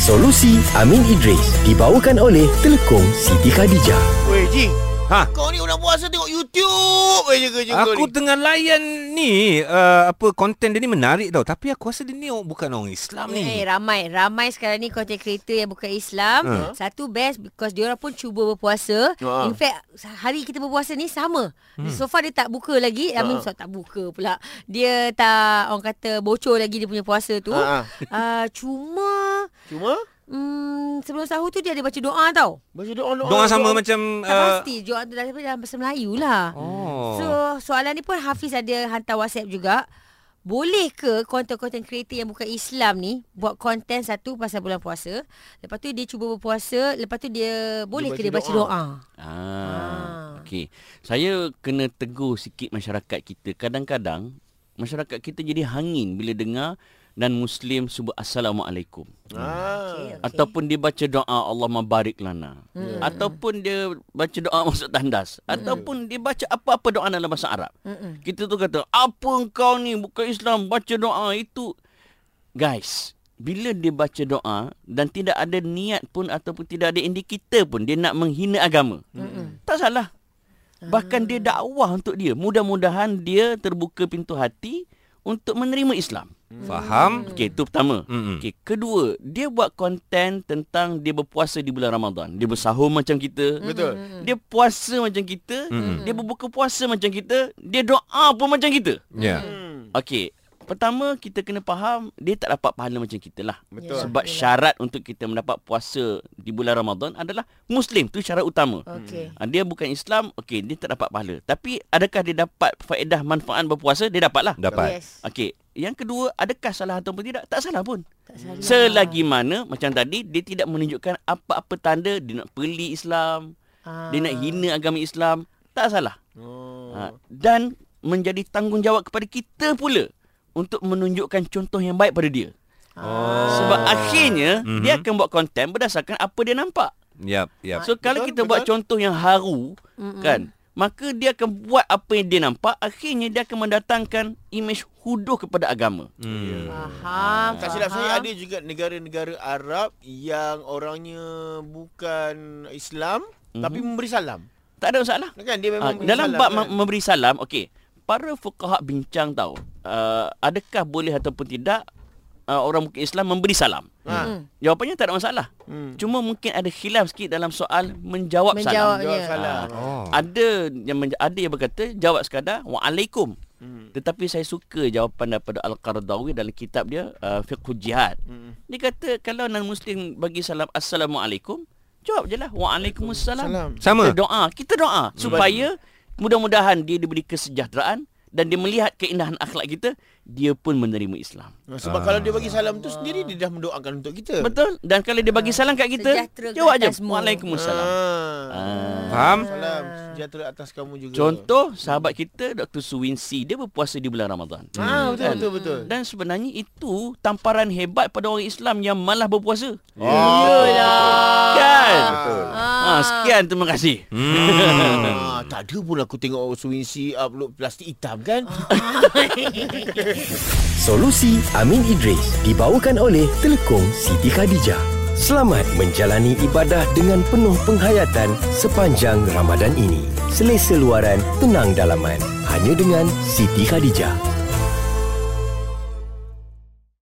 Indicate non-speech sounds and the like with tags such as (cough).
Solusi Amin Idris dibawakan oleh Telekom Siti Khadijah. Weh Ji Ha? Kau ni orang puasa tengok YouTube Eh je kerja kau Aku ni tengah layan ni uh, apa konten dia ni menarik tau tapi aku rasa dia ni orang- bukan orang Islam Eh, ni. ramai Ramai sekarang ni Konten kreator yang bukan Islam Ha. Satu best Because diorang pun cuba berpuasa Ha. In fact Hari kita berpuasa ni sama So far dia tak buka lagi I mean so, tak buka pula Dia tak Orang kata bocor lagi Dia punya puasa tu Ha, ha. uh, Cuma Cuma mm, Sebelum sahur tu Dia ada baca doa tau Baca doa doa Doa sama macam uh, Eh, eh, Tak pasti doa tu dalam, dalam bahasa Melayu lah Oh. So soalan ni pun Hafiz ada hantar WhatsApp juga. Boleh ke konten-konten kreator yang bukan Islam ni buat konten satu pasal bulan puasa, lepas tu dia cuba berpuasa, lepas tu dia boleh baca ke dia baca doa. doa? Ah. Okey. Saya kena tegur sikit masyarakat kita. Kadang-kadang masyarakat kita jadi hangin bila dengar dan muslim sebut assalamualaikum. Ah. Okay, okay. Ataupun dia baca doa Allah mabarik lana. Ataupun dia baca doa (laughs) masuk tandas. Ataupun dia baca apa-apa doa dalam bahasa Arab. Kita tu kata, apa kau ni bukan Islam baca doa itu. Guys, bila dia baca doa dan tidak ada niat pun ataupun tidak ada indikator pun dia nak menghina agama. Tak salah. Bahkan dia dakwah untuk dia. Mudah-mudahan dia terbuka pintu hati untuk menerima Islam. Faham? Okey, itu pertama. Mm-mm. Hmm. hmm. Okey, kedua, dia buat konten tentang dia berpuasa di bulan Ramadan. Dia bersahur macam kita. Betul. Dia puasa macam kita, Hmm. Mm-mm. dia berbuka puasa macam kita, dia doa pun macam kita. Ya. Hmm. Okey, pertama kita kena faham dia tak dapat pahala macam kita lah. Betul. Sebab syarat untuk kita mendapat puasa di bulan Ramadan adalah muslim, tu syarat utama. Okey. Ah, Dia bukan Islam, okey, dia tak dapat pahala. Tapi adakah dia dapat faedah manfaat berpuasa? Dia dapatlah. Dapat. Yes. Okey, yang kedua, adakah salah ataupun tidak? Tak salah pun. Tak salah. Selagi mana macam tadi dia tidak menunjukkan apa-apa tanda dia nak peli Islam, Ah. dia nak hina agama Islam, tak salah. Oh. Ha, dan menjadi tanggungjawab kepada kita pula untuk menunjukkan contoh yang baik pada dia. Oh. Sebab akhirnya mm-hmm. dia akan buat konten berdasarkan apa dia nampak. Yap, yap. So kalau betul, kita buat betul. contoh yang haru mm kan, maka dia akan buat apa yang dia nampak, akhirnya dia akan mendatangkan imej huduh kepada agama. Hmm. Faham. Tak silap faham. Ah. saya ada juga negara-negara Arab yang orangnya bukan Islam mm-hmm. tapi memberi salam. Tak ada masalah. Kan dia Mhm. Ah, memang memberi dalam salam, bab kan? me- memberi salam, okey. Para fuqaha bincang tahu, uh, adakah boleh ataupun tidak uh, orang mungkin Islam memberi salam? Hmm. Ha. Jawapannya tak ada masalah. Hmm. Cuma mungkin ada khilaf sikit dalam soal menjawab, Menjawab. salam. Jawab Ya. salam. Ah. Oh. Ada yang menja- ada yang berkata jawab sekadar waalaikum. Hmm. Tetapi saya suka jawapan daripada Al-Qaradawi dalam kitab dia uh, Fiqhul Jihad. Hmm. Dia kata kalau non-muslim bagi salam assalamualaikum, jawab je lah waalaikumsalam. Salam. Sama. Kita doa, kita doa supaya mudah-mudahan dia diberi kesejahteraan dan dia melihat keindahan akhlak kita, dia pun menerima Islam. Ah, Sebab kalau dia bagi salam tu sendiri dia dah mendoakan untuk kita. Ah. Betul? Ah. Dan kalau dia bagi salam kat kita, Sejahtera ke jawab je atasmu. waalaikumsalam. Ah. Faham? Salam sejahtera atas kamu juga. Contoh sahabat kita Dr. Suwinsi dia berpuasa di bulan Ramadan. Ah betul Kan? betul betul. Dan sebenarnya itu tamparan hebat pada orang Islam yang malah berpuasa. Oh. Kan? Betul. Ha, sekian terima kasih. Ah, tak ada pun aku tengok orang Suwinsi upload plastik hitam kan. Solusi Amin Idris dibawakan oleh Telekom Siti Khadijah. Selamat menjalani ibadah dengan penuh penghayatan sepanjang Ramadan ini. Selesa luaran, tenang dalaman. Hanya dengan Siti Khadijah.